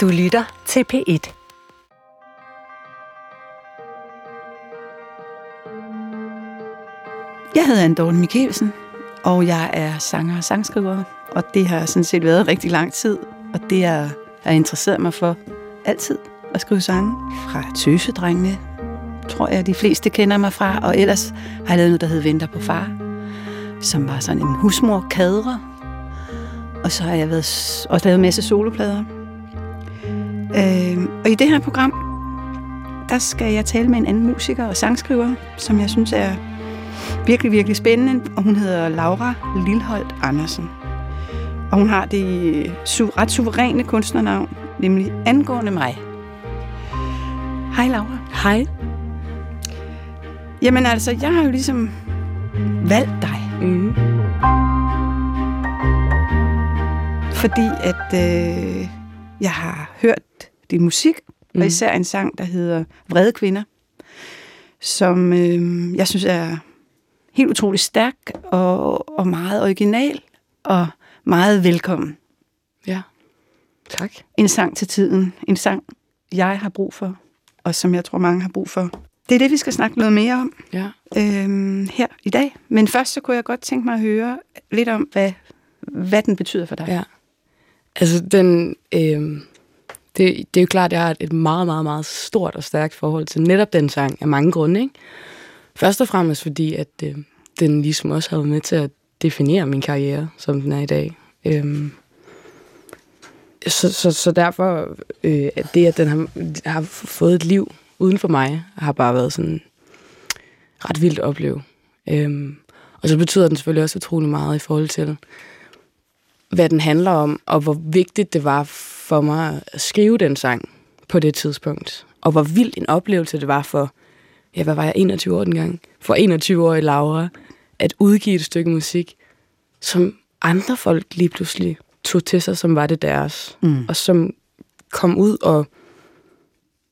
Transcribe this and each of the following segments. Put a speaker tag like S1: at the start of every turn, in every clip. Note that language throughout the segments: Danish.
S1: Du lytter til P1.
S2: Jeg hedder Andorne Mikkelsen, og jeg er sanger og sangskriver, og det har sådan set været rigtig lang tid, og det har, har interesseret mig for altid at skrive sange. Fra tøsedrengene, tror jeg, de fleste kender mig fra, og ellers har jeg lavet noget, der hed Venter på far, som var sådan en husmor kadre. Og så har jeg været, s- også lavet en masse soloplader. Øh, og i det her program, der skal jeg tale med en anden musiker og sangskriver, som jeg synes er virkelig, virkelig spændende, og hun hedder Laura Lilholdt Andersen. Og hun har det su- ret suveræne kunstnernavn, nemlig Angående mig. Hej Laura.
S3: Hej.
S2: Jamen altså, jeg har jo ligesom valgt dig,
S3: Mm.
S2: fordi at øh, jeg har hørt din musik, mm.
S3: Mm.
S2: og især en sang, der hedder Vrede Kvinder, som øh, jeg synes er helt utrolig stærk og, og meget original og meget velkommen.
S3: Ja. Tak.
S2: En sang til tiden. En sang, jeg har brug for, og som jeg tror, mange har brug for. Det er det, vi skal snakke noget mere om
S3: Ja.
S2: øhm, her i dag. Men først så kunne jeg godt tænke mig at høre lidt om, hvad, hvad den betyder for dig.
S3: Ja. Altså, den, øh, det, det er jo klart, at jeg har et meget, meget, meget stort og stærkt forhold til netop den sang af mange grunde. Ikke? Først og fremmest fordi, at øh, den ligesom også har været med til at definere min karriere, som den er i dag. Øh, så, så, så derfor, øh, at det, at den har, har fået et liv uden for mig, har bare været sådan ret vildt at opleve. Øhm, og så betyder den selvfølgelig også utrolig meget i forhold til, hvad den handler om, og hvor vigtigt det var for mig at skrive den sang på det tidspunkt. Og hvor vild en oplevelse det var for, ja, hvad var jeg, 21 år dengang? For 21 år i Laura, at udgive et stykke musik, som andre folk lige pludselig tog til sig, som var det deres. Mm. Og som kom ud og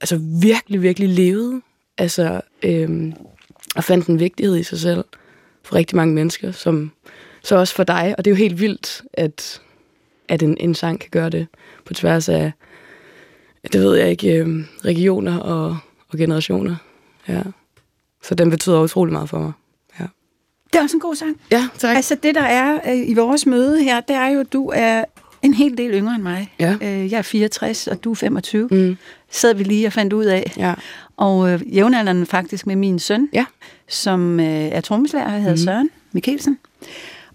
S3: altså virkelig, virkelig levede. Altså, øhm, og fandt en vigtighed i sig selv for rigtig mange mennesker, som så også for dig. Og det er jo helt vildt, at, at en, en sang kan gøre det på tværs af, det ved jeg ikke, øhm, regioner og, og generationer. Ja. Så den betyder utrolig meget for mig. Ja,
S2: Det er også en god sang.
S3: ja tak.
S2: Altså det, der er øh, i vores møde her, det er jo, at du er en hel del yngre end mig.
S3: Ja.
S2: Øh, jeg er 64, og du er 25.
S3: Mm.
S2: Sad vi lige og fandt ud af.
S3: Ja.
S2: Og øh, jævnaldrende faktisk med min søn,
S3: Ja.
S2: som øh, er trommeslager, hedder mm.
S3: Mhm.
S2: Søren Mikkelsen.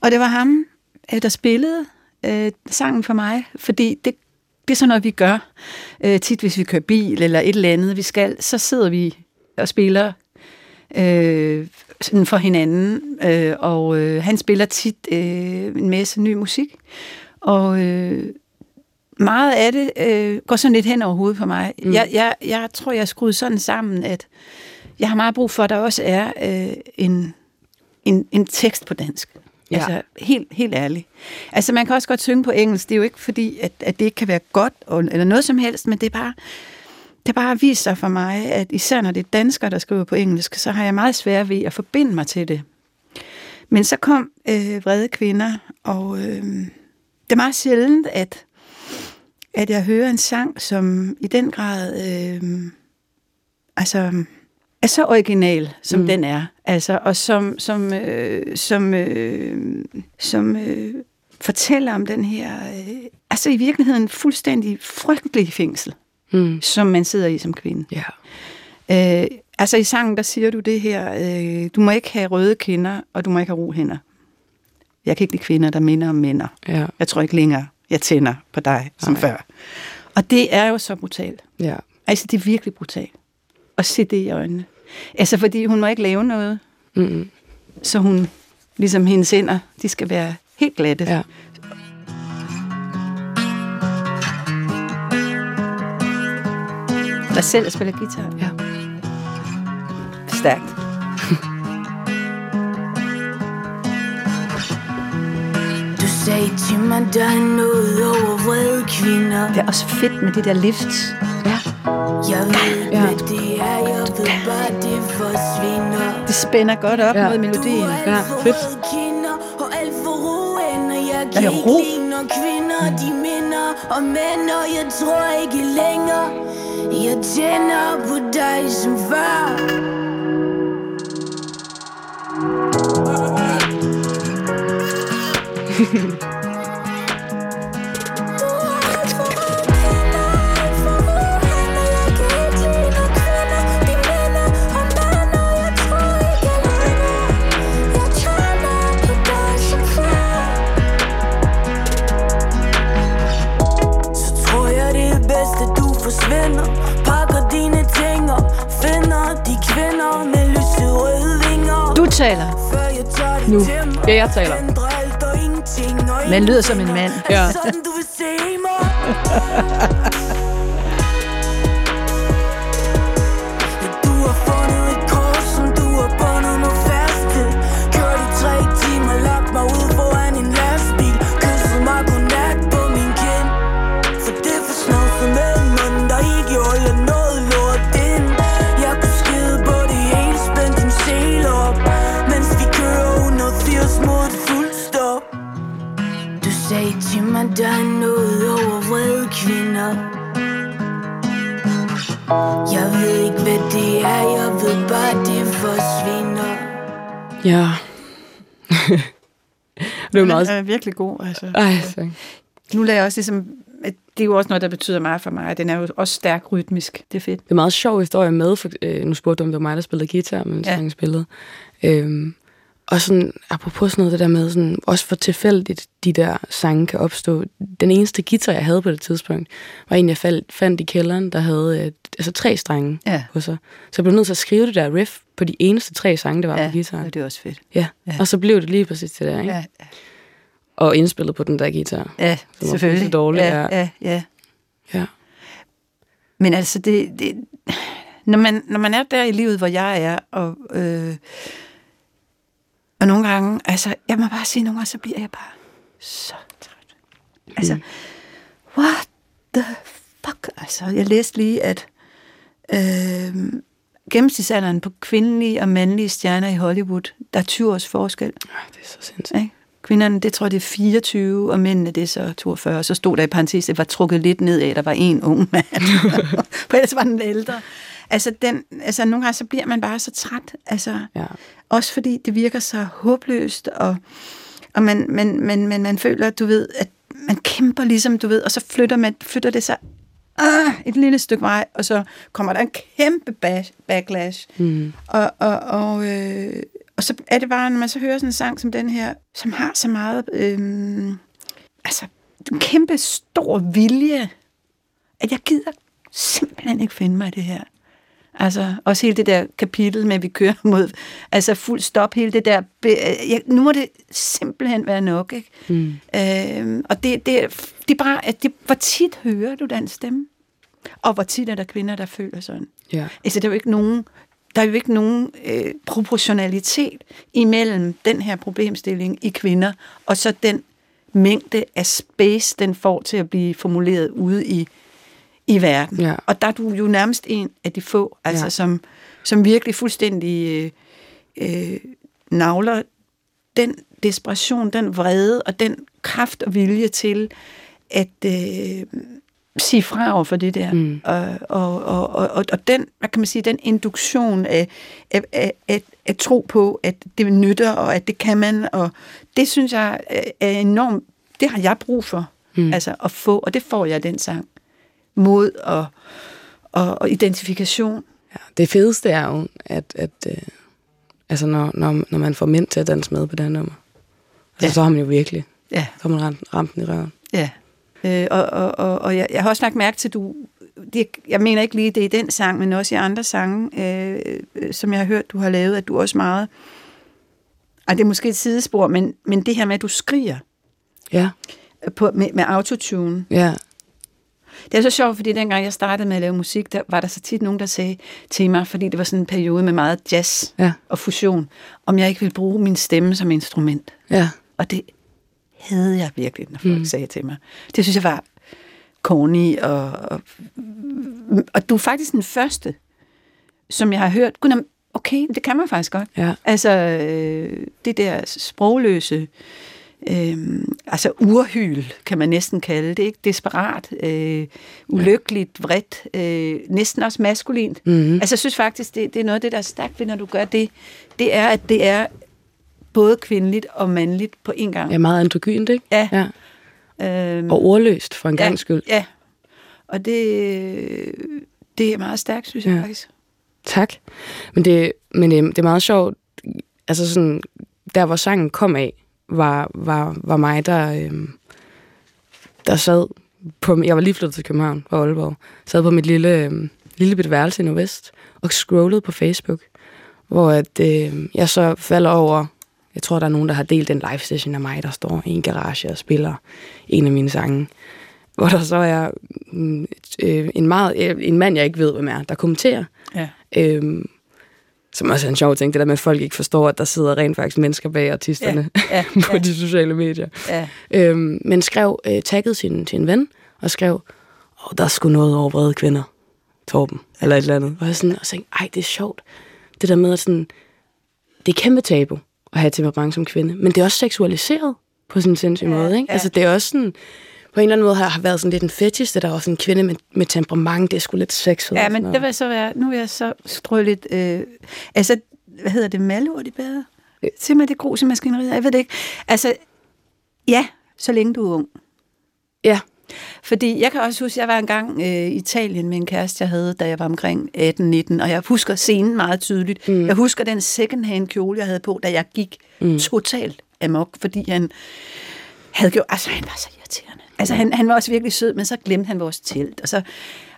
S2: Og det var ham, øh, der spillede øh, sangen for mig, fordi det, det er sådan noget, vi gør øh, tit, hvis vi kører bil eller et eller andet, vi skal, så sidder vi og spiller øh, sådan for hinanden, øh, og øh, han spiller tit øh, en masse ny musik, og øh, meget af det øh, går sådan lidt hen over hovedet på mig. Mm. Jeg, jeg, jeg tror, jeg er skruet sådan sammen, at jeg har meget brug for, at der også er øh, en, en, en tekst på dansk. Ja.
S3: Ja.
S2: Altså, helt, helt ærligt. Altså, man kan også godt synge på engelsk. Det er jo ikke fordi, at, at det ikke kan være godt, og, eller noget som helst, men det er bare, det har bare vist sig for mig, at især når det er danskere, der skriver på engelsk, så har jeg meget svært ved at forbinde mig til det. Men så kom øh, Vrede Kvinder, og øh, det er meget sjældent, at, at jeg hører en sang, som i den grad øh, altså, er så original, som mm. den er. Altså, og som, som, øh, som, øh, som øh, fortæller om den her, øh, altså i virkeligheden fuldstændig frygtelig fængsel
S3: Mm.
S2: som man sidder i som kvinde.
S3: Ja.
S2: Øh, altså i sangen, der siger du det her, øh, du må ikke have røde kinder, og du må ikke have ro hænder. Jeg kan ikke lide kvinder, der minder om minder.
S3: Ja.
S2: Jeg tror ikke længere, jeg tænder på dig som
S3: Nej.
S2: før. Og det er jo så brutalt.
S3: Ja.
S2: Altså det er virkelig brutalt at se det i øjnene. Altså fordi hun må ikke lave noget,
S3: Mm.
S2: så hun, ligesom hendes hænder, de skal være helt glatte.
S3: Ja.
S2: Der selv spiller guitar.
S3: Ja.
S2: Stærkt.
S4: Du sagde til mig, der er noget over vrede kvinder
S2: Det er også fedt med det der lift.
S3: Ja.
S4: Jeg ved,
S3: Ja.
S4: hvad det er, jeg ved bare, det forsvinder
S2: Det spænder godt op ja.
S3: Ja.
S2: mod
S4: Du
S2: melodien.
S4: er
S3: Ja,
S4: alt for
S3: fedt.
S4: røde kinder, og alt for roende Jeg
S2: Ja,
S4: kan
S2: ro.
S4: ikke lide, når kvinder de minder Og men når jeg tror ikke længere Jeg tænder på dig som før Så tror jeg det er bedst, at du forsvinder Pakker dine ting og finder de kvinder Med lyse røde vinger
S2: Du taler.
S4: Før jeg tager det
S3: Nu.
S4: til mig.
S3: Ja, jeg taler.
S4: Ændrer alt og ingenting, og
S2: Man lyder
S4: ingenting
S2: som en
S4: er
S2: mand.
S3: Ja.
S4: Sådan du vil se mig Du har fundet et kors, som du har bundet mig fast til Kørt i tre timer, lagt mig ud foran en lastbil Kysset mig godnat på min kind For det er for snavset med en mund, der ikke holder noget lort ind Jeg kunne skide på det hele, spændt din sjæl op Mens vi kører 180 mod et fuldt stop du sagde til mig, der er noget over vrede kvinder Jeg ved ikke, hvad det er, jeg ved bare, det forsvinder
S3: Ja. det er meget...
S2: Den er virkelig god. Altså.
S3: Ej, tak.
S2: Nu lader jeg også ligesom... at Det er jo også noget, der betyder meget for mig. Den er jo også stærk rytmisk. Det er fedt.
S3: Det er en meget sjov historie med, for, øh, nu spurgte du, om det var mig, der spillede guitar, men
S2: Ja.
S3: ja. sangen spillede. Øhm, og sådan, apropos sådan noget, det der med, sådan, også hvor tilfældigt de der sange kan opstå. Den eneste guitar, jeg havde på det tidspunkt, var en, jeg faldt, fandt i kælderen, der havde øh, altså tre strenge
S2: Ja.
S3: på sig. Så jeg blev nødt til at skrive det der riff på de eneste tre sange, der var ja. på
S2: og
S3: guitaren.
S2: det er også fedt.
S3: Ja.
S2: Ja.
S3: ja, og så blev det lige præcis det der, ikke? Ja.
S2: Ja,
S3: Og indspillet på den der guitar.
S2: ja
S3: var
S2: selvfølgelig.
S3: pisse dårligt,
S2: ja,
S3: ja.
S2: ja, ja.
S3: Ja.
S2: Men altså, det, det, når, man, når man er der i livet, hvor jeg er, og, øh, og nogle gange, altså, jeg må bare sige, nogle gange, så bliver jeg bare så træt. Altså, what the fuck? Altså, jeg læste lige, at øh, gennemsnitsalderen på kvindelige og mandlige stjerner i Hollywood, der er 20 års forskel.
S3: Ej, det er så sindssygt.
S2: Ikke? Kvinderne, det tror jeg, det er 24, og mændene, det er så 42. Så stod der i parentes, det var trukket lidt ned af, der var en ung mand. For ellers var den ældre. Altså, den, altså, nogle gange, så bliver man bare så træt. Altså,
S3: Ja.
S2: Også fordi det virker så håbløst, og, og man, man, man, man, man føler, du ved, at man kæmper ligesom, du ved, og så flytter, man, flytter det sig ah, et lille stykke vej, og så kommer der en kæmpe bash, backlash. Mm. Og, og, og, øh, og så er det bare, når man så hører sådan en sang som den her, som har så meget, øh, altså en kæmpe stor vilje, at jeg gider simpelthen ikke finde mig i det her. Altså, også hele det der kapitel med, at vi kører mod, altså fuld stop, hele det der, be- øh, jeg, nu må det simpelthen være nok, ikke? Mm. Øhm, og det, det, det er bare, at det, hvor tit hører du den stemme? Og hvor tit er der kvinder, der føler sådan?
S3: Ja.
S2: Altså, der er jo ikke nogen, der er jo ikke nogen øh, proportionalitet imellem den her problemstilling i kvinder, og så den mængde af space, den får til at blive formuleret ude i, i verden.
S3: Ja.
S2: Og der er du jo nærmest en af de få, altså, ja.
S3: Ja.
S2: som, som virkelig fuldstændig øh, øh, navler den desperation, den vrede og den kraft og vilje til at øh, sige fra over for det der. Mm. Og, og, og, og, og, og den, hvad kan man sige, den induktion af, af, af, af, af tro på, at det nytter, og at det kan man, og det synes jeg er- er enormt, det har jeg brug for, mm. altså at få, og det får jeg i den sang. Mod og, og, og identifikation.
S3: Ja, det fedeste er jo, at, at øh, altså når, når, når man får mænd til at danse med på det her nummer, altså,
S2: Ja.
S3: ja. så har man jo virkelig
S2: Ja.
S3: så har man ramt, ramt den i røven.
S2: Ja, øh, og, og, og, og jeg, jeg har også lagt mærke til, du, det, jeg mener ikke lige, det er i den sang, men også i andre sange, øh, øh, som jeg har hørt, du har lavet, at du også meget, og det er måske et sidespor, men, men det her med, at du skriger
S3: Ja,
S2: på, med, med autotune,
S3: ja,
S2: det er så sjovt, fordi dengang jeg startede med at lave musik, der var der så tit nogen, der sagde til mig, fordi det var sådan en periode med meget jazz
S3: Ja.
S2: og fusion, om jeg ikke ville bruge min stemme som instrument.
S3: ja.
S2: Og det havde jeg virkelig, når folk mm. sagde til mig. Det synes jeg var corny, og, og, og du er faktisk den første, som jeg har hørt, "Gud, nå, okay, det kan man faktisk godt.
S3: Ja.
S2: Altså, øh, det der sprogløse Øhm, altså urhyl, kan man næsten kalde det. Ikke? Desperat, øh, ulykkeligt, vredt, øh, næsten også maskulint.
S3: Mm.
S2: Mm-hmm. Altså jeg synes faktisk, det, det er noget af det, der er stærkt ved, når du gør det. Det er, at det er både kvindeligt og mandligt på én gang.
S3: Ja, meget androgynt, ikke?
S2: Ja.
S3: ja.
S2: Øhm,
S3: Og ordløst, for en
S2: ja,
S3: gangs skyld.
S2: Ja, og det, øh, det er meget stærkt, synes jeg
S3: Ja.
S2: faktisk.
S3: Tak. Men det, men øhm, det er meget sjovt. Altså sådan, der hvor sangen kom af, var, var, var mig, der, øhm, der sad på... Jeg var lige flyttet til København fra Aalborg. Sad på mit lille, øhm, lille bitte værelse i Nordvest og scrollede på Facebook, hvor at, øhm, jeg så falder over... Jeg tror, der er nogen, der har delt en live session af mig, der står i en garage og spiller en af mine sange. Hvor der så er mm, øh, en, meget, øh, en mand, jeg ikke ved, hvem er, der kommenterer.
S2: Ja.
S3: Øhm, som også er en sjov ting, det der med, at folk ikke forstår, at der sidder rent faktisk mennesker bag artisterne
S2: Ja, ja,
S3: på de sociale medier.
S2: Ja.
S3: Øhm, men skrev, øh, taggede sin, sin ven, og skrev, åh, der er sgu noget over vrede kvinder, Torben, eller et eller andet. Og jeg sådan, og tænkte, ej, det er sjovt. Det der med, at sådan, det er kæmpe tabu at have temperament som kvinde, men det er også seksualiseret på sådan en sindssyg ja, måde. Ikke?
S2: ja.
S3: Altså, det er også sådan, på en eller anden måde har, har været sådan lidt en fetish, det der også en kvinde med, med temperament, det er sgu lidt sexet.
S2: Ja,
S3: og sådan
S2: men
S3: noget.
S2: det vil jeg så være, nu vil jeg så strø lidt, øh, altså, hvad hedder det, malurt i badet? Sig mig det grus i maskineriet, jeg ved det ikke. Altså, ja, så længe du er ung.
S3: Ja,
S2: Fordi jeg kan også huske, jeg var engang øh, i Italien med en kæreste, jeg havde, da jeg var omkring 18-19, og jeg husker scenen meget tydeligt. Mm. Jeg husker den second-hand kjole, jeg havde på, da jeg gik mm. totalt amok, fordi han havde gjort... Altså, han var så irriterende. Altså, han, han var også virkelig sød, men så glemte han vores telt, og så...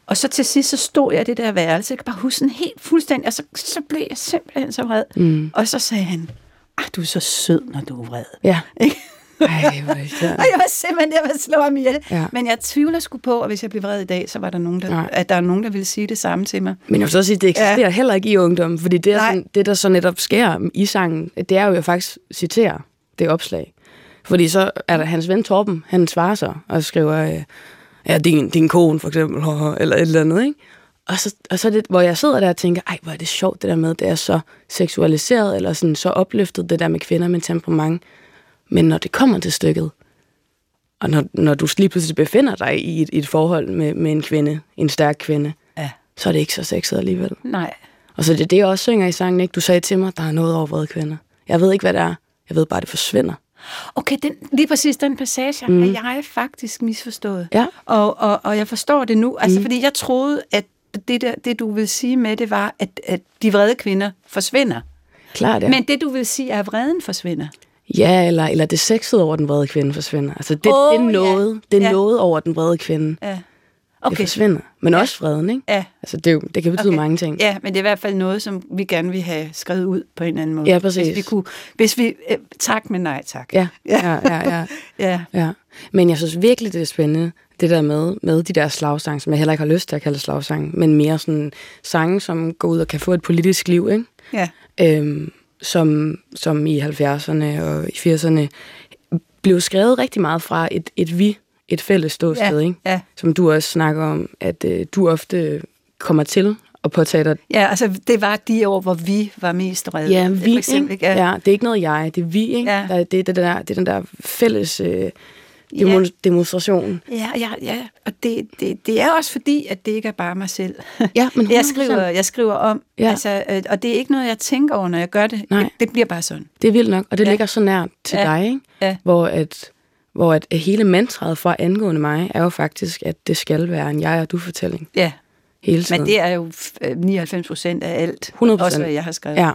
S2: Og så til sidst, så stod jeg i det der værelse, jeg kan bare huske den helt fuldstændig, og så, så blev jeg simpelthen så vred. Mm. Og så sagde han, ah, du er så sød, når du er vred.
S3: ja.
S2: Ikke?
S3: Ej, hvor irriterende.
S2: Og jeg var simpelthen der ved at slå ham ihjel.
S3: Ja.
S2: Ja. Men jeg tvivler sgu på, at hvis jeg blev vred i dag, så var der nogen, der,
S3: Nej.
S2: at der er nogen, der ville sige det samme til mig.
S3: Men jeg vil så også sige, at det eksisterer ja. heller ikke i ungdommen, fordi det, er
S2: Nej.
S3: sådan, det, der så netop sker i sangen, det er jo, at jeg faktisk citerer det opslag. Fordi så er der hans ven Torben, han svarer så og skriver, øh, ja, din, din kone for eksempel, eller et eller andet, ikke? Og så, og så det, hvor jeg sidder der og tænker, ej, hvor er det sjovt det der med, det er så seksualiseret, eller sådan så opløftet det der med kvinder med temperament. Men når det kommer til stykket, og når, når du lige pludselig befinder dig i et, i et forhold med, med en kvinde, en stærk kvinde,
S2: Ja.
S3: så er det ikke så sexet alligevel.
S2: Nej.
S3: Og så det er det, jeg også synger i sangen, ikke? Du sagde til mig, der er noget over vrede kvinder. Jeg ved ikke, hvad det er. Jeg ved bare, det forsvinder.
S2: Okay, den, lige præcis den passage mm. har jeg faktisk misforstået.
S3: Ja.
S2: Og, og, og jeg forstår det nu, altså, mm. fordi jeg troede, at det, der, det, du vil sige med det, var, at, at de vrede kvinder forsvinder.
S3: Klart, ja.
S2: Ja. Men det, du vil sige, er, at vreden forsvinder.
S3: Ja, eller, eller det sexede over den vrede kvinde forsvinder. Altså, det,
S2: Åh,
S3: oh, det er
S2: ja.
S3: noget, det er
S2: Ja.
S3: noget over den vrede kvinde.
S2: Ja.
S3: Det
S2: Okay.
S3: forsvinder. Men ja. også vreden, ikke?
S2: Ja.
S3: Altså, det, er jo, det kan betyde okay. mange ting.
S2: Ja, men det er i hvert fald noget, som vi gerne vil have skrevet ud på en eller anden måde.
S3: Ja, præcis.
S2: Hvis vi kunne... Hvis vi, øh, tak, men nej tak.
S3: Ja, ja, ja, ja.
S2: ja.
S3: ja. Men jeg synes virkelig, det er spændende, det der med, med de der slagsange, som jeg heller ikke har lyst til at kalde slagsange, men mere sådan sange, som går ud og kan få et politisk liv, ikke?
S2: ja.
S3: øhm, som, som i 70'erne og i 80'erne blev skrevet rigtig meget fra et, et vi, et fælles ståsted,
S2: Ja,
S3: ikke?
S2: ja.
S3: som du også snakker om, at øh, du ofte kommer til og påtager dig.
S2: Ja, altså det var de år, hvor vi var mest vrede.
S3: Ja,
S2: For
S3: vi,
S2: eksempel,
S3: ikke? Ja. det er ikke noget jeg, det er vi, ikke?
S2: Ja.
S3: Der, det, er det, der, det er den der fælles øh, demo-
S2: Ja.
S3: demonstration.
S2: Ja, ja, ja. Og det, det, det er også fordi, at det ikke er bare mig selv.
S3: Ja, men
S2: jeg
S3: 100%.
S2: skriver, jeg skriver om,
S3: Ja.
S2: ja. altså, øh, og det er ikke noget, jeg tænker over, når jeg gør det.
S3: Nej.
S2: Det, det bliver bare sådan.
S3: Det er vildt nok, og det ja.
S2: Ja.
S3: ligger så nært til ja.
S2: Ja.
S3: dig, ikke?
S2: Ja.
S3: hvor at hvor at hele mantraet fra angående mig er jo faktisk, at det skal være en jeg og du-fortælling
S2: Ja,
S3: hele tiden.
S2: men det er jo øh, 99 procent af alt.
S3: 100%.
S2: Også hvad jeg har skrevet.
S3: Ja.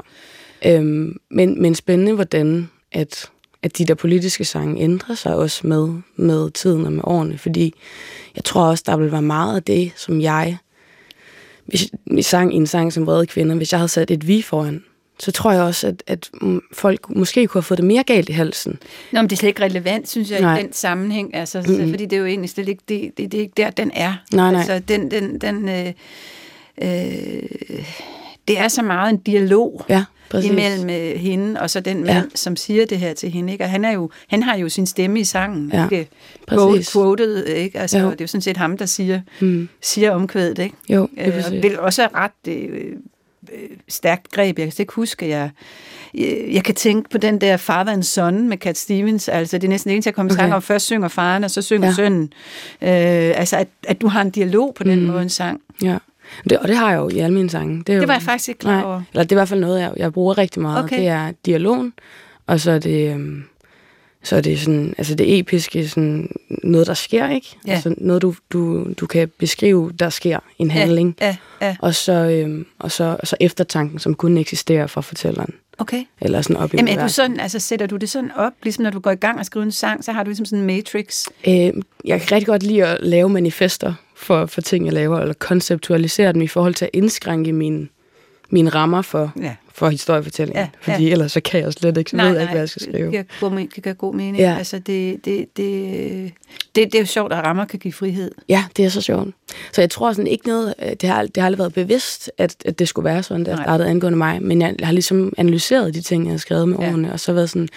S3: Øhm, men, men spændende, hvordan at, at de der politiske sange ændrer sig også med, med tiden og med årene, fordi jeg tror også, der vil være meget af det, som jeg hvis jeg sang i en sang som Vrede Kvinder, hvis jeg havde sat et vi foran, så tror jeg også, at, at mm, folk måske kunne have fået det mere galt i halsen.
S2: Nå, men det er slet ikke relevant, synes jeg,
S3: Nej.
S2: Nej. i den sammenhæng. Altså, mm-hmm. Fordi det er jo egentlig slet ikke, det, det, det er ikke der, den er.
S3: Nej, nej.
S2: Altså, den, den, den, øh, øh, det er så meget en dialog
S3: Ja, præcis.
S2: imellem øh, hende og så den mand,
S3: Ja.
S2: ja. som siger det her til hende. Ikke? Og han, er jo, han har jo sin stemme i sangen.
S3: Ja,
S2: Ikke?
S3: præcis.
S2: Quote- Quoted, ikke? Altså,
S3: Jo.
S2: det er jo sådan set ham, der siger, mm. siger omkvædet. Ikke?
S3: Jo, det er
S2: Øh,
S3: præcis.
S2: og vil også er ret øh, øh, stærkt greb. Jeg kan slet ikke huske, at jeg... øh, Jeg, jeg kan tænke på den der Father and Son med Cat Stevens. Altså, det er næsten det eneste, jeg kommer i tanke
S3: Okay.
S2: om. Først synger faren, og så synger
S3: Ja.
S2: ja. sønnen. Øh, altså, at, at du har en dialog på den
S3: Mm.
S2: mm. måde, en sang.
S3: Ja. Det, og det har jeg jo i alle mine sange. er jo-
S2: Det var jeg faktisk ikke klar over.
S3: Nej, eller det er i hvert fald noget, jeg, jeg bruger rigtig meget.
S2: Okay.
S3: Det er dialogen, og så er det, øhm, så er det sådan, altså det episke, sådan noget, der sker, ikke?
S2: Ja.
S3: Altså noget, du, du, du kan beskrive, der sker en handling.
S2: Ja, ja.
S3: Og så, øhm, og, så, og så eftertanken, som kun eksisterer for fortælleren.
S2: Okay.
S3: Eller sådan op i
S2: Jamen, er du
S3: universet.
S2: sådan, altså, sætter du det sådan op, ligesom når du går i gang og skriver en sang, så har du ligesom sådan en matrix.
S3: Øh, jeg kan rigtig godt lide at lave manifester for, for ting, jeg laver, eller konceptualisere dem i forhold til at indskrænke mine, mine rammer for,
S2: Ja.
S3: for historiefortællingen.
S2: Ja, ja.
S3: Fordi ellers så kan jeg slet ikke, så ved jeg ikke, hvad jeg skal skrive.
S2: Det giver god, men- det giver god mening.
S3: Ja.
S2: Ja. Altså, det, det, det, det, det er jo sjovt, at rammer kan give frihed.
S3: Ja, det er så sjovt. Så jeg tror sådan ikke noget, øh, det har, det har aldrig været bevidst, at, at det skulle være sådan, da jeg
S2: Nej.
S3: startede angående mig, men jeg har ligesom analyseret de ting, jeg har skrevet med
S2: Ja.
S3: årene, og så været sådan,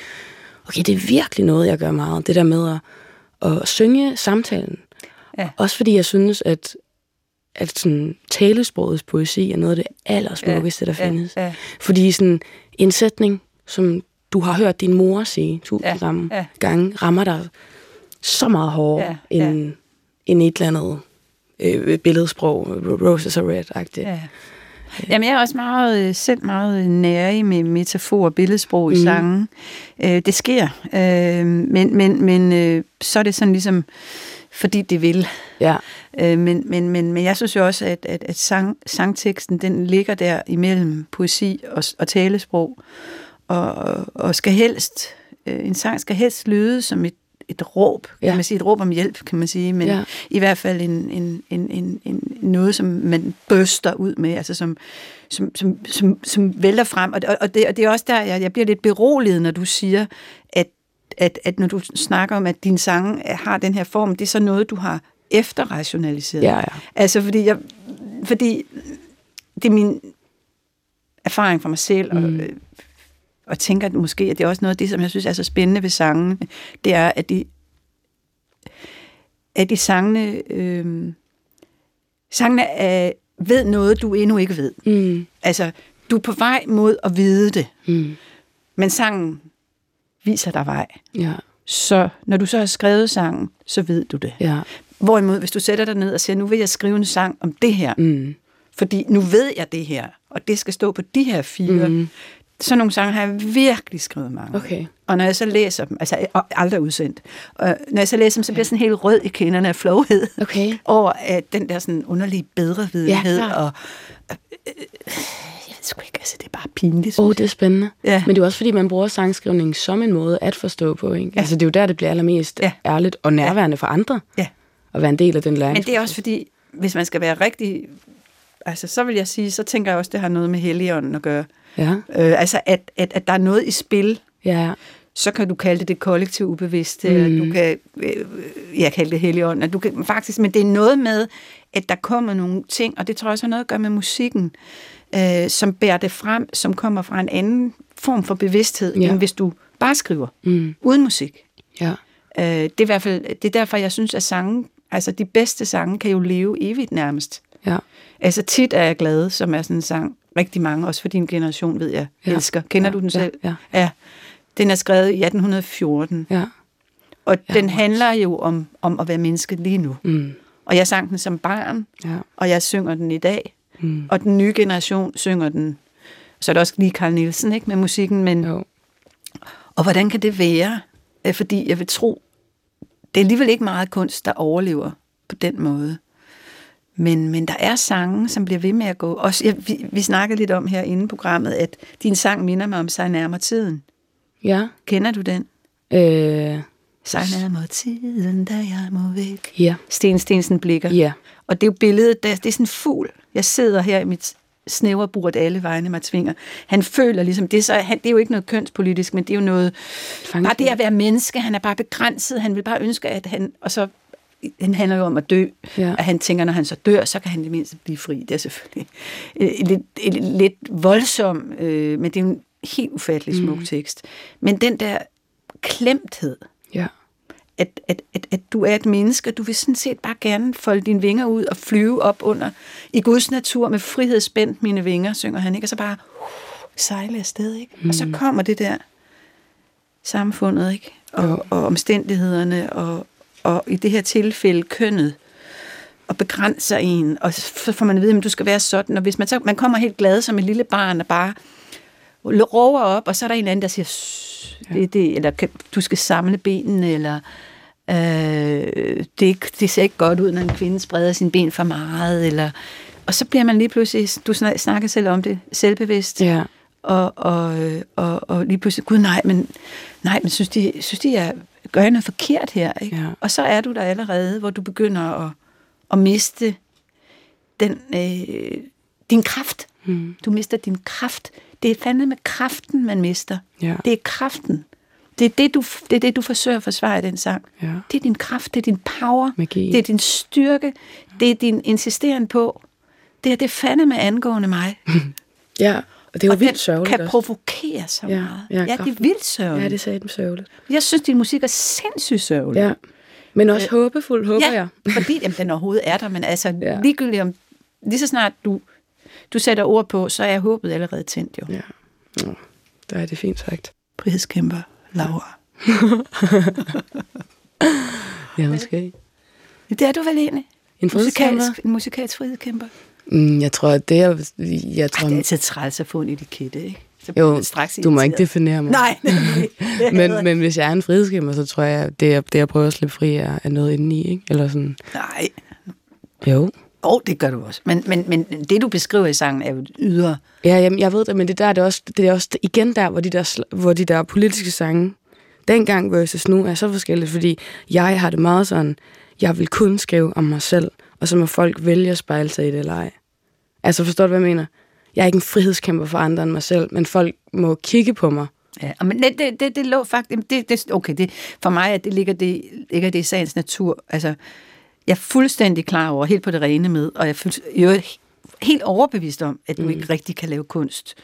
S3: okay, det er virkelig noget, jeg gør meget, det der med at, at synge samtalen.
S2: Ja.
S3: Også fordi jeg synes, at, at sådan, talesprogets poesi er noget af det allersmukkeste, der findes.
S2: Ja,
S3: Fordi sådan en sætning, som du har hørt din mor sige tusind
S2: Ja,
S3: ja, ja.
S2: ja.
S3: gange, rammer dig så meget hårdere ja,
S2: Ja, ja.
S3: end, end et eller andet øh, billedsprog, ro- roses are red-agtigt.
S2: ja, ja. Jamen, jeg er også meget, øh, selv meget nærig med metafor og billedsprog i
S3: Mhm.
S2: sangen. Øh, det sker, øh, men, men, men øh, så er det sådan ligesom, fordi det vil.
S3: ja.
S2: Øh, men, men, men, men jeg synes jo også, at, at, at sang, sangteksten den ligger der imellem poesi og, s- og talesprog, og, og, og skal helst, øh, en sang skal helst lyde som et, et råb, kan
S3: Ja.
S2: man sige, et råb om hjælp, kan man sige, men
S3: Ja.
S2: ja. i hvert fald en, en, en, en, en, noget, som man bøster ud med, altså som, som, som, som, som vælter frem, og, og, og, det, og det er også der, jeg, jeg bliver lidt beroliget, når du siger, at at, at når du snakker om, at din sang har den her form, det er så noget, du har efterrationaliseret.
S3: Ja, ja.
S2: Altså, fordi, jeg, fordi det er min erfaring fra mig selv, mm. og, øh, og tænker at måske, at det er også noget af det, som jeg synes er så spændende ved sangene, det er, at de, at de sangene, øh, sangene er, ved noget, du endnu ikke ved.
S3: Mm,
S2: Altså, du er på vej mod at vide det,
S3: mm,
S2: men sangen viser dig vej.
S3: ja,
S2: Så når du så har skrevet sangen, så ved du det.
S3: ja,
S2: Hvorimod, hvis du sætter dig ned og siger, nu vil jeg skrive en sang om det her,
S3: mm,
S2: fordi nu ved jeg det her, og det skal stå på de her fire. Mm. Sådan nogle sange har jeg virkelig skrevet mange.
S3: Okay.
S2: Og når jeg så læser dem, altså og aldrig udsendt, og når jeg så læser dem, så bliver jeg sådan helt rød i kinderne af flowhed
S3: okay.
S2: over at den der sådan underlige bedrevidenhed.
S3: Ja,
S2: Ja,
S3: klart.
S2: og, øh, øh, jeg ved sgu ikke, altså det er bare pinligt.
S3: Åh, oh, det er spændende.
S2: Ja.
S3: Men det er jo også, fordi man bruger sangskrivning som en måde at forstå på, ikke? Ja. Altså, det er jo der, det bliver allermest ja.
S2: Ja.
S3: ærligt og nærværende for andre,
S2: Ja.
S3: at være en del af den læring.
S2: Men det er også fordi, hvis man skal være rigtig... Altså, så vil jeg sige, så tænker jeg også, det har noget med helligånden at gøre.
S3: Ja,
S2: Øh, altså, at, at, at der er noget i spil,
S3: ja,
S2: så kan du kalde det det kollektive ubevidste, mm. eller du kan, øh, jeg kalder det helligånden, og du kan faktisk, men det er noget med, at der kommer nogle ting, og det tror jeg også har noget at gøre med musikken, øh, som bærer det frem, som kommer fra en anden form for bevidsthed,
S3: Ja.
S2: ja. end hvis du bare skriver,
S3: Mm.
S2: uden musik.
S3: ja.
S2: Øh, det er i hvert fald, det er derfor, jeg synes, at sange, altså de bedste sange, kan jo leve evigt nærmest.
S3: ja.
S2: Altså tit er jeg glad, som er sådan en sang, rigtig mange, også for din generation, ved jeg,
S3: Ja.
S2: ja. elsker. Kender
S3: Ja,
S2: du den
S3: ja,
S2: selv?
S3: ja.
S2: ja. Den er skrevet i 1814,
S3: ja.
S2: og den handler jo om, om at være menneske lige nu.
S3: Mm.
S2: Og jeg sang den som barn,
S3: Ja.
S2: og jeg synger den i dag, mm. og den nye generation synger den. Så er det også lige Carl Nielsen ikke, med musikken, men
S3: Jo.
S2: og hvordan kan det være? Øh, Fordi jeg vil tro, det er alligevel ikke meget kunst, der overlever på den måde. Men, men der er sange, som bliver ved med at gå. Også, jeg, vi, vi snakkede lidt om her inden programmet, at din sang minder mig om sig nærmere tiden.
S3: Ja.
S2: Kender du den?
S3: Øh,
S2: Sig nærmere tiden, da jeg må væk.
S3: ja.
S2: Sten Stensen blikker.
S3: Ja.
S2: Og det er jo billedet, der, det er sådan en fugl. Jeg sidder her i mit snævre burt, alle vegne mig tvinger. Han føler ligesom, det er, så, han, det er jo ikke noget kønspolitisk, men det er jo noget,
S3: Fangefugl.
S2: bare det at være menneske, han er bare begrænset, han vil bare ønske, at han, og så, han handler jo om at dø,
S3: Ja.
S2: ja. og han tænker, når han så dør, så kan han det mindste blive fri. Det er selvfølgelig øh, en lidt, en lidt voldsom, øh, men det er jo en helt ufattelig smuk mm. tekst. Men den der klemthed,
S3: Ja.
S2: at, at, at, at du er et menneske, og du vil sådan set bare gerne folde dine vinger ud og flyve op under, i Guds natur, med frihed spændt mine vinger, synger han, ikke? Og så bare uh, sejle afsted, ikke? Mm. Og så kommer det der samfundet, ikke? Og, og omstændighederne, og, og i det her tilfælde kønnet, og begrænser en, og så får man at vide, at du skal være sådan, og hvis man så, man kommer helt glad som et lille barn, og bare råber op, og så er der en eller anden, der siger, "Ssss, det, det, eller kan- du skal samle benene, eller øh, det, er ikke- det ser ikke godt ud, når en kvinde spreder sine ben for meget, eller, og så bliver man lige pludselig, du snak- snakker selv om det, selvbevidst,
S3: Ja.
S2: og, og, øh, og, og lige pludselig, gud nej, men, nej, men synes de, synes de jeg gør jeg noget forkert her? Ikke?
S3: Ja.
S2: Og så er du der allerede, hvor du begynder at, at miste den, øh, din kraft. Mm. Du mister din kraft. Det er fandme med kraften, man mister.
S3: Ja.
S2: Det er kraften. Det er det, du, det er det, du forsøger at forsvare i den sang.
S3: Ja.
S2: Det er din kraft, det er din power,
S3: Magi.
S2: det er din styrke, det er din insisteren på. Det er det fandme angående mig
S1: Ja, og det var vildt
S2: den
S1: sørgeligt
S2: kan
S1: også.
S2: provokere så
S1: Ja,
S2: meget.
S1: ja,
S2: Ja, ja det er
S1: kraften.
S2: vildt sørgeligt.
S1: Ja, det sagde den sørgeligt.
S2: Jeg synes, din musik er sindssygt sørgelig.
S1: Ja. Men også håbefuld, håber
S2: Øh, ja
S1: jeg.
S2: fordi jamen, den overhovedet er der, men altså ja.
S1: Ja.
S2: ligegyldigt om... Lige så snart du, du sætter ord på, så er håbet allerede tændt jo. Ja.
S1: Ja. Nå, der er det fint sagt.
S2: Frihedskæmper, Laura.
S3: Ja, måske.
S2: Det er du vel egentlig?
S3: En frihedskæmper?
S2: Musikalsk, en musikalsk frihedskæmper.
S3: Mm, jeg tror, det er... Jeg tror,
S2: Ej, det er altid træls at få en etikette, ikke? Så bliver
S3: jo,
S2: man straks
S3: du må
S2: irriteret.
S3: ikke definere mig.
S2: Nej, nemlig. Det hader
S3: Men, men hvis jeg er en frihedskæmper, så tror jeg, det jeg, det, jeg prøver at slippe fri, er, er noget indeni, ikke? Eller sådan...
S2: jeg. Nej,
S3: Jo.
S2: oh, det gør du også. Men, men, men det, du beskriver i sangen, er jo et ydre.
S3: Ja, jamen, jeg ved det, men det der er det også, det er også igen der, hvor de der, sl- hvor de der politiske sange, dengang versus nu, er så forskellige, fordi jeg har det meget sådan, jeg vil kun skrive om mig selv, og så må folk vælge at spejle sig i det eller ej. Altså, forstår du, hvad jeg mener? Jeg er ikke en frihedskæmper for andre end mig selv, men folk må kigge på mig.
S2: Ja, og men det, det, det, det lå faktisk... Det, det, okay, det, for mig at det ligger, det, ligger det i sagens natur. Altså, jeg er fuldstændig klar over, helt på det rene med, og jeg er fuldt- i øvrigt helt overbevist om, at du mm. ikke rigtig kan lave kunst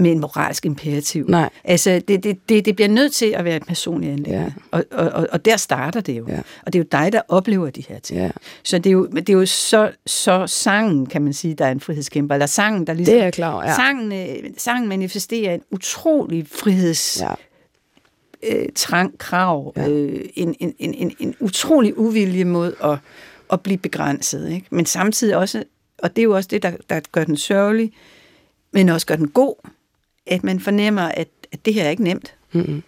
S2: med en moralsk imperativ.
S3: Nej.
S2: Altså, det, det, det, det bliver nødt til at være et personligt anlæg.
S3: Ja.
S2: Og, og, og, og der starter det jo.
S3: Ja.
S2: Og det er jo dig, der oplever de her ting.
S3: Ja.
S2: Så det er jo, men det er jo så, så sangen, kan man sige, der er en frihedskæmper. Eller sangen, der ligesom...
S3: Det er jeg klar over, ja.
S2: Sangen, øh, sangen manifesterer en utrolig friheds
S3: Ja.
S2: øh, trang, krav, ja. øh, en, en, en, en, en utrolig uvilje mod at, at blive begrænset. Ikke? Men samtidig også, og det er jo også det, der, der gør den sørgelig, men også gør den god, at man fornemmer, at, at det her er ikke nemt. Mm-hmm.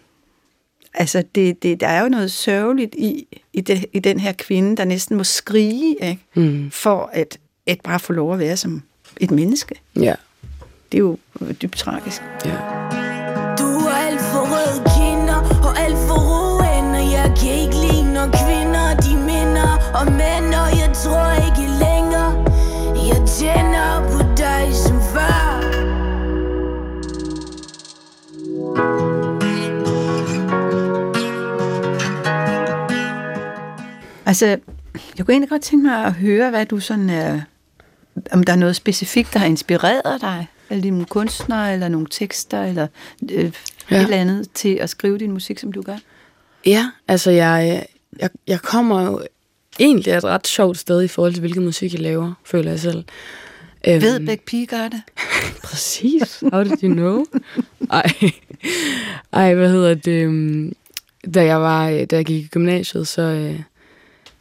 S2: Altså, det, det, der er jo noget sørgeligt i, i, det, i den her kvinde, der næsten må skrige, ikke? Mm. for at, at bare få lov at være som et menneske.
S3: Ja.
S2: Det er jo øh, dybt tragisk.
S3: Ja.
S4: Du har alt for røde kinder og alt for roende Jeg kan ikke lide, når kvinder de minder om mænd Og jeg tror ikke længere, jeg tænder på dig som far
S2: Altså, jeg kunne egentlig godt tænke mig at høre, hvad du sådan er, om der er noget specifikt, der har inspireret dig, eller dine kunstnere, eller nogle tekster, eller øh, ja.
S3: Ja.
S2: et eller andet til at skrive din musik, som du gør.
S3: Ja, altså jeg, jeg, jeg kommer jo egentlig et ret sjovt sted i forhold til, hvilken musik jeg laver, føler jeg selv. Øhm,
S2: Ved Bæk Pige gør det.
S3: Præcis. How did you know? Ej. Ej, hvad hedder det? øhm, Da jeg, var, øh, da jeg gik i gymnasiet, så, øh,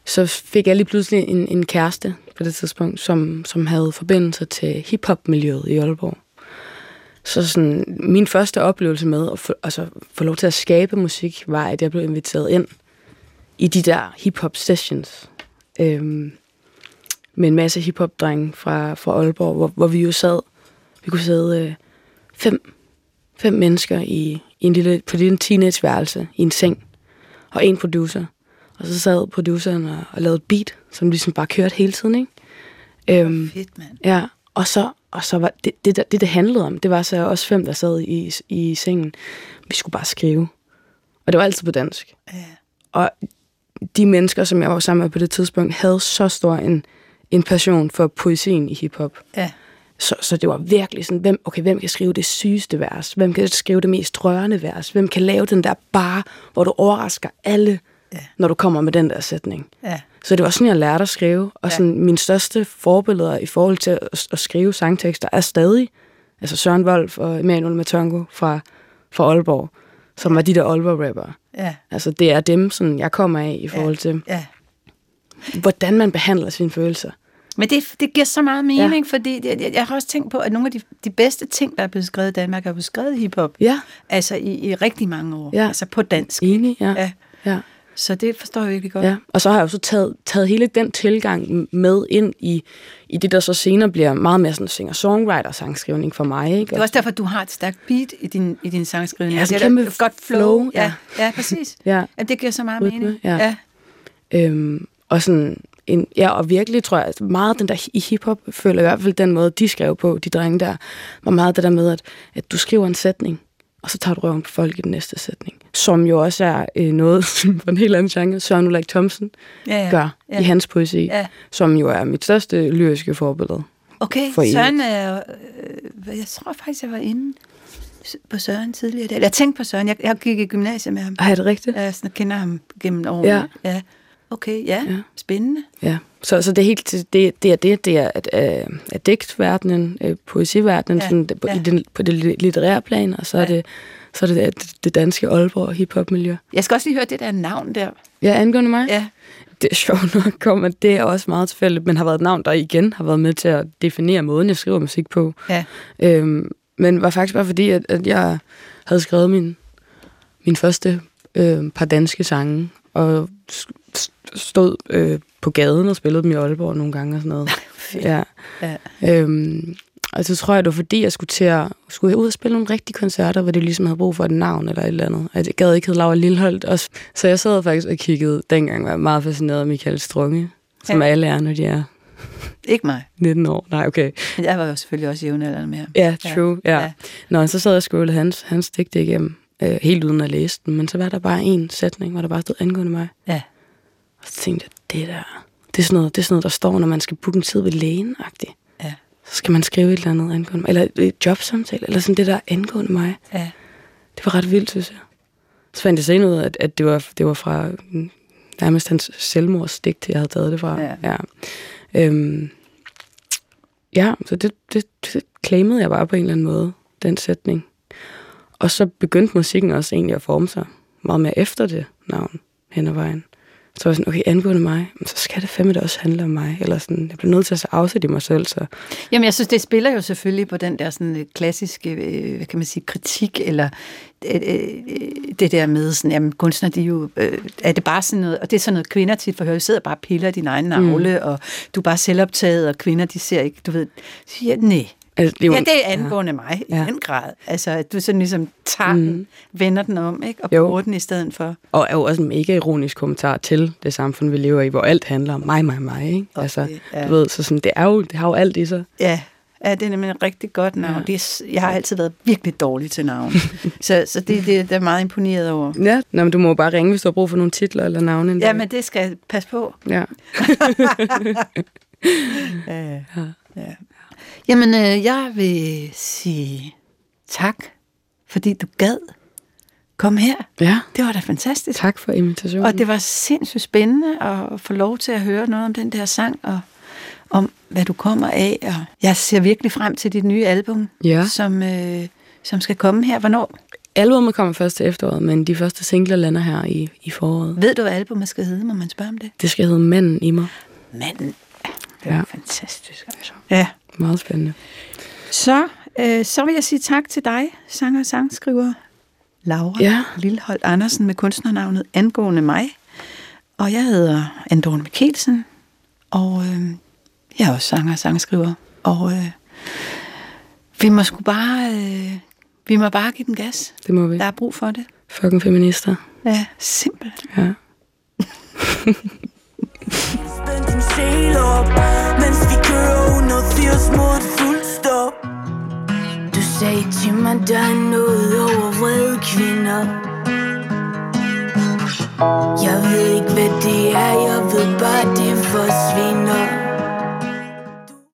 S3: så fik jeg lige pludselig en, en kæreste på det tidspunkt, som, som havde forbindelser til hiphop-miljøet i Aalborg. Så sådan, min første oplevelse med at få, altså, få lov til at skabe musik, var, at jeg blev inviteret ind i de der hip-hop-sessions. Øhm, med en masse hiphop-drenge fra, fra Aalborg, hvor, hvor vi jo sad vi kunne sidde øh, fem, fem mennesker i, i en lille, på en lille teenageværelse i en seng, og en producer. Og så sad produceren og, og lavede et beat, som ligesom bare kørte hele tiden, ikke? Øhm,
S2: Fedt, mand.
S3: ja, og så, og så var det, det, der- det, det handlede om, det var så også fem, der sad i, i sengen. Vi skulle bare skrive. Og det var altid på dansk.
S2: Ja.
S3: Og de mennesker, som jeg var sammen med på det tidspunkt, havde så stor en, en passion for poesien i hiphop.
S2: ja.
S3: Så, så det var virkelig sådan, hvem, okay, hvem kan skrive det sygeste vers? Hvem kan skrive det mest rørende vers? Hvem kan lave den der bar, hvor du overrasker alle
S2: Ja.
S3: når du kommer med den der sætning.
S2: Ja.
S3: Så det var sådan, jeg lærte at skrive. Og sådan, mine største forbilleder i forhold til at, at skrive sangtekster er stadig altså Søren Wolf og Emanuel Matongo fra, fra Aalborg, som var de der Aalborg-rappere.
S2: Ja.
S3: Altså, det er dem, sådan, jeg kommer af i forhold til,
S2: Ja.
S3: hvordan man behandler sine følelser.
S2: Men det, det giver så meget mening, ja. fordi jeg, jeg, jeg har også tænkt på, at nogle af de, de bedste ting, der er blevet skrevet i Danmark, er blevet skrevet i hiphop.
S3: Ja.
S2: Altså i, i rigtig mange år.
S3: Ja.
S2: Altså på dansk.
S3: Enig, ja.
S2: Ja.
S3: ja.
S2: Så det forstår jeg virkelig godt.
S3: Ja, og så har jeg jo så taget, taget hele den tilgang med ind i, i det, der så senere bliver meget mere sådan singer-songwriter-sangskrivning for mig. Ikke?
S2: Det er også derfor, du har et stærkt beat i din, i din sangskrivning.
S3: Ja,
S2: Altså,
S3: et
S2: det er
S3: kæmpe
S2: et godt flow.
S3: flow,
S2: ja.
S3: ja.
S2: ja, præcis.
S3: Ja.
S2: Jamen, det giver så meget
S3: Rytme,
S2: mening.
S3: ja.
S2: ja.
S3: Øhm, og sådan en, ja, og virkelig tror jeg, at meget den der i hiphop, føler jeg i hvert fald den måde, de skrev på, de drenge der, var meget det der med, at, at du skriver en sætning, og så tager du røven på folk i den næste sætning. Som jo også er øh, noget fra en helt anden genre, Søren Ulrik Thomsen
S2: Ja, ja.
S3: gør
S2: Ja.
S3: i hans poesi,
S2: Ja.
S3: som jo er mit største lyriske forbillede.
S2: Okay,
S3: For evigt.
S2: Søren er... Øh, jeg tror faktisk, jeg var inde s- på Søren tidligere i dag. Eller Jeg tænkte på Søren. Jeg, jeg gik i gymnasiet med ham.
S3: Er det rigtigt?
S2: Jeg sådan, kender ham gennem årene. Ja. ja. Okay, ja. ja.
S3: Ja.
S2: Spændende.
S3: Ja, så, så det er helt det, det er det, det er at, øh, at digtverdenen, øh, poesiverdenen,
S2: Ja,
S3: ja, sådan, det- på,
S2: ja.
S3: ja. i den, på det li- litterære plan, og så ja. er
S2: Ja.
S3: det så er det, det, det danske Aalborg hiphop-miljø.
S2: Jeg skal også lige høre det der navn der.
S3: Ja, angående mig,
S2: Ja.
S3: det er sjovt nok, kom, at det er også meget tilfældigt, men har været et navn, der igen har været med til at definere måden, jeg skriver musik på.
S2: Ja.
S3: Øhm, men var faktisk bare fordi, at, at jeg havde skrevet min, min første øh, par danske sange, og st- st- stod øh, på gaden og spillede dem i Aalborg nogle gange og sådan noget. ja.
S2: ja.
S3: Øhm, og så tror jeg, det var fordi, jeg skulle til at skulle ud og spille nogle rigtige koncerter, hvor det ligesom havde brug for et navn eller et eller andet. At jeg gad ikke hedde Laura Lilholdt. Også. Så jeg sad faktisk og kiggede, dengang var jeg meget fascineret af Michael Strunge, som
S2: Ja.
S3: alle er, når de er
S2: Ikke mig.
S3: 19 år. Nej, okay.
S2: Men jeg var jo selvfølgelig også jævnaldrende med ham.
S3: Ja, true. Ja.
S2: ja.
S3: ja. Nå, så sad jeg og scrollede hans, hans digte igennem, øh, helt uden at læse den. Men så var der bare en sætning, hvor der bare stod angående mig.
S2: Ja.
S3: Og så tænkte jeg, det der, det er sådan noget, det er sådan noget der står, når man skal booke en tid ved lægen -agtigt.
S2: Ja.
S3: Så skal man skrive et eller andet angående mig. Eller et jobsamtale, eller sådan det der angående mig.
S2: Ja.
S3: Det var ret vildt, synes jeg. Så fandt jeg senere ud af, at, at det, var, det var fra mm, nærmest hans selvmordsdigt, jeg havde taget det fra.
S2: Ja.
S3: ja. Øhm, ja så det, det, det claimede jeg bare på en eller anden måde, den sætning. Og så begyndte musikken også egentlig at forme sig meget mere efter det navn hen ad vejen. Så var jeg sådan, okay, angående mig, men så skal det fandme da også handle om mig. Eller sådan, jeg blev nødt til at så afsætte i mig selv, så
S2: Jamen, jeg synes, det spiller jo selvfølgelig på den der sådan øh, klassiske, øh, hvad kan man sige, kritik, eller øh, øh, det der med sådan, jamen, kunstnere, de er jo, øh, er det bare sådan noget, og det er sådan noget, kvinder tit forhører, sidder bare og piller i din egen navle, mm. og du er bare selvoptaget, og kvinder, de ser ikke, du ved, siger, nej.
S3: Altså, det er
S2: Jo,
S3: jo-
S2: ja, det er angående ja. mig, i
S3: Ja.
S2: den grad. Altså, at du sådan ligesom tager mm. den, vender den om, ikke? Og
S3: Jo.
S2: bruger den i stedet for.
S3: Og er jo også en mega ironisk kommentar til det samfund, vi lever i, hvor alt handler om mig, mig, mig. Ikke?
S2: Og
S3: altså,
S2: det er-
S3: du ved, så sådan, det, er jo, det har jo alt i sig.
S2: Ja, ja det er nemlig et rigtig godt navn. Ja. Det er, s- jeg har altid været virkelig dårlig til navn. så så det, det er jeg meget imponeret over.
S3: Ja. Nå, men du må jo bare ringe, hvis du har brug for nogle titler eller navne. en dag.
S2: Ja, men det skal jeg passe på.
S3: Ja.
S2: Ja. Ja. Jamen, øh, jeg vil sige tak, fordi du gad. Kom her.
S3: ja.
S2: Det var da fantastisk.
S3: Tak for invitationen.
S2: Og det var sindssygt spændende at få lov til at høre noget om den der sang, og om hvad du kommer af. Og jeg ser virkelig frem til dit nye album,
S3: Ja.
S2: som, øh, som skal komme her. Hvornår?
S3: Albumet kommer først til efteråret, men de første singler lander her i, i foråret.
S2: Ved du, hvad albumet skal hedde? Må man spørge om det?
S3: Det skal hedde Manden i mig.
S2: Manden. Ja, det var ja.
S3: Ja.
S2: fantastisk. Altså. Ja.
S3: Meget spændende.
S2: Så, øh, så vil jeg sige tak til dig, sanger og sangskriver Laura ja.
S3: Ja.
S2: Lilleholdt Andersen med kunstnernavnet Angående mig. Og jeg hedder Andorne Mikkelsen, og øh, jeg er også sanger og sangskriver. Og øh, vi må sgu bare, øh, vi må bare give den gas.
S3: Det må vi.
S2: Der er brug for det.
S3: Fucking feminister.
S2: Ja, simpelthen.
S3: Ja.
S4: Spænd din sjæl op Mens vi kører 180 mod et fuldt stop Du sagde til mig, der er noget over vrede kvinder Jeg ved ikke, hvad det er Jeg ved bare, det forsvinder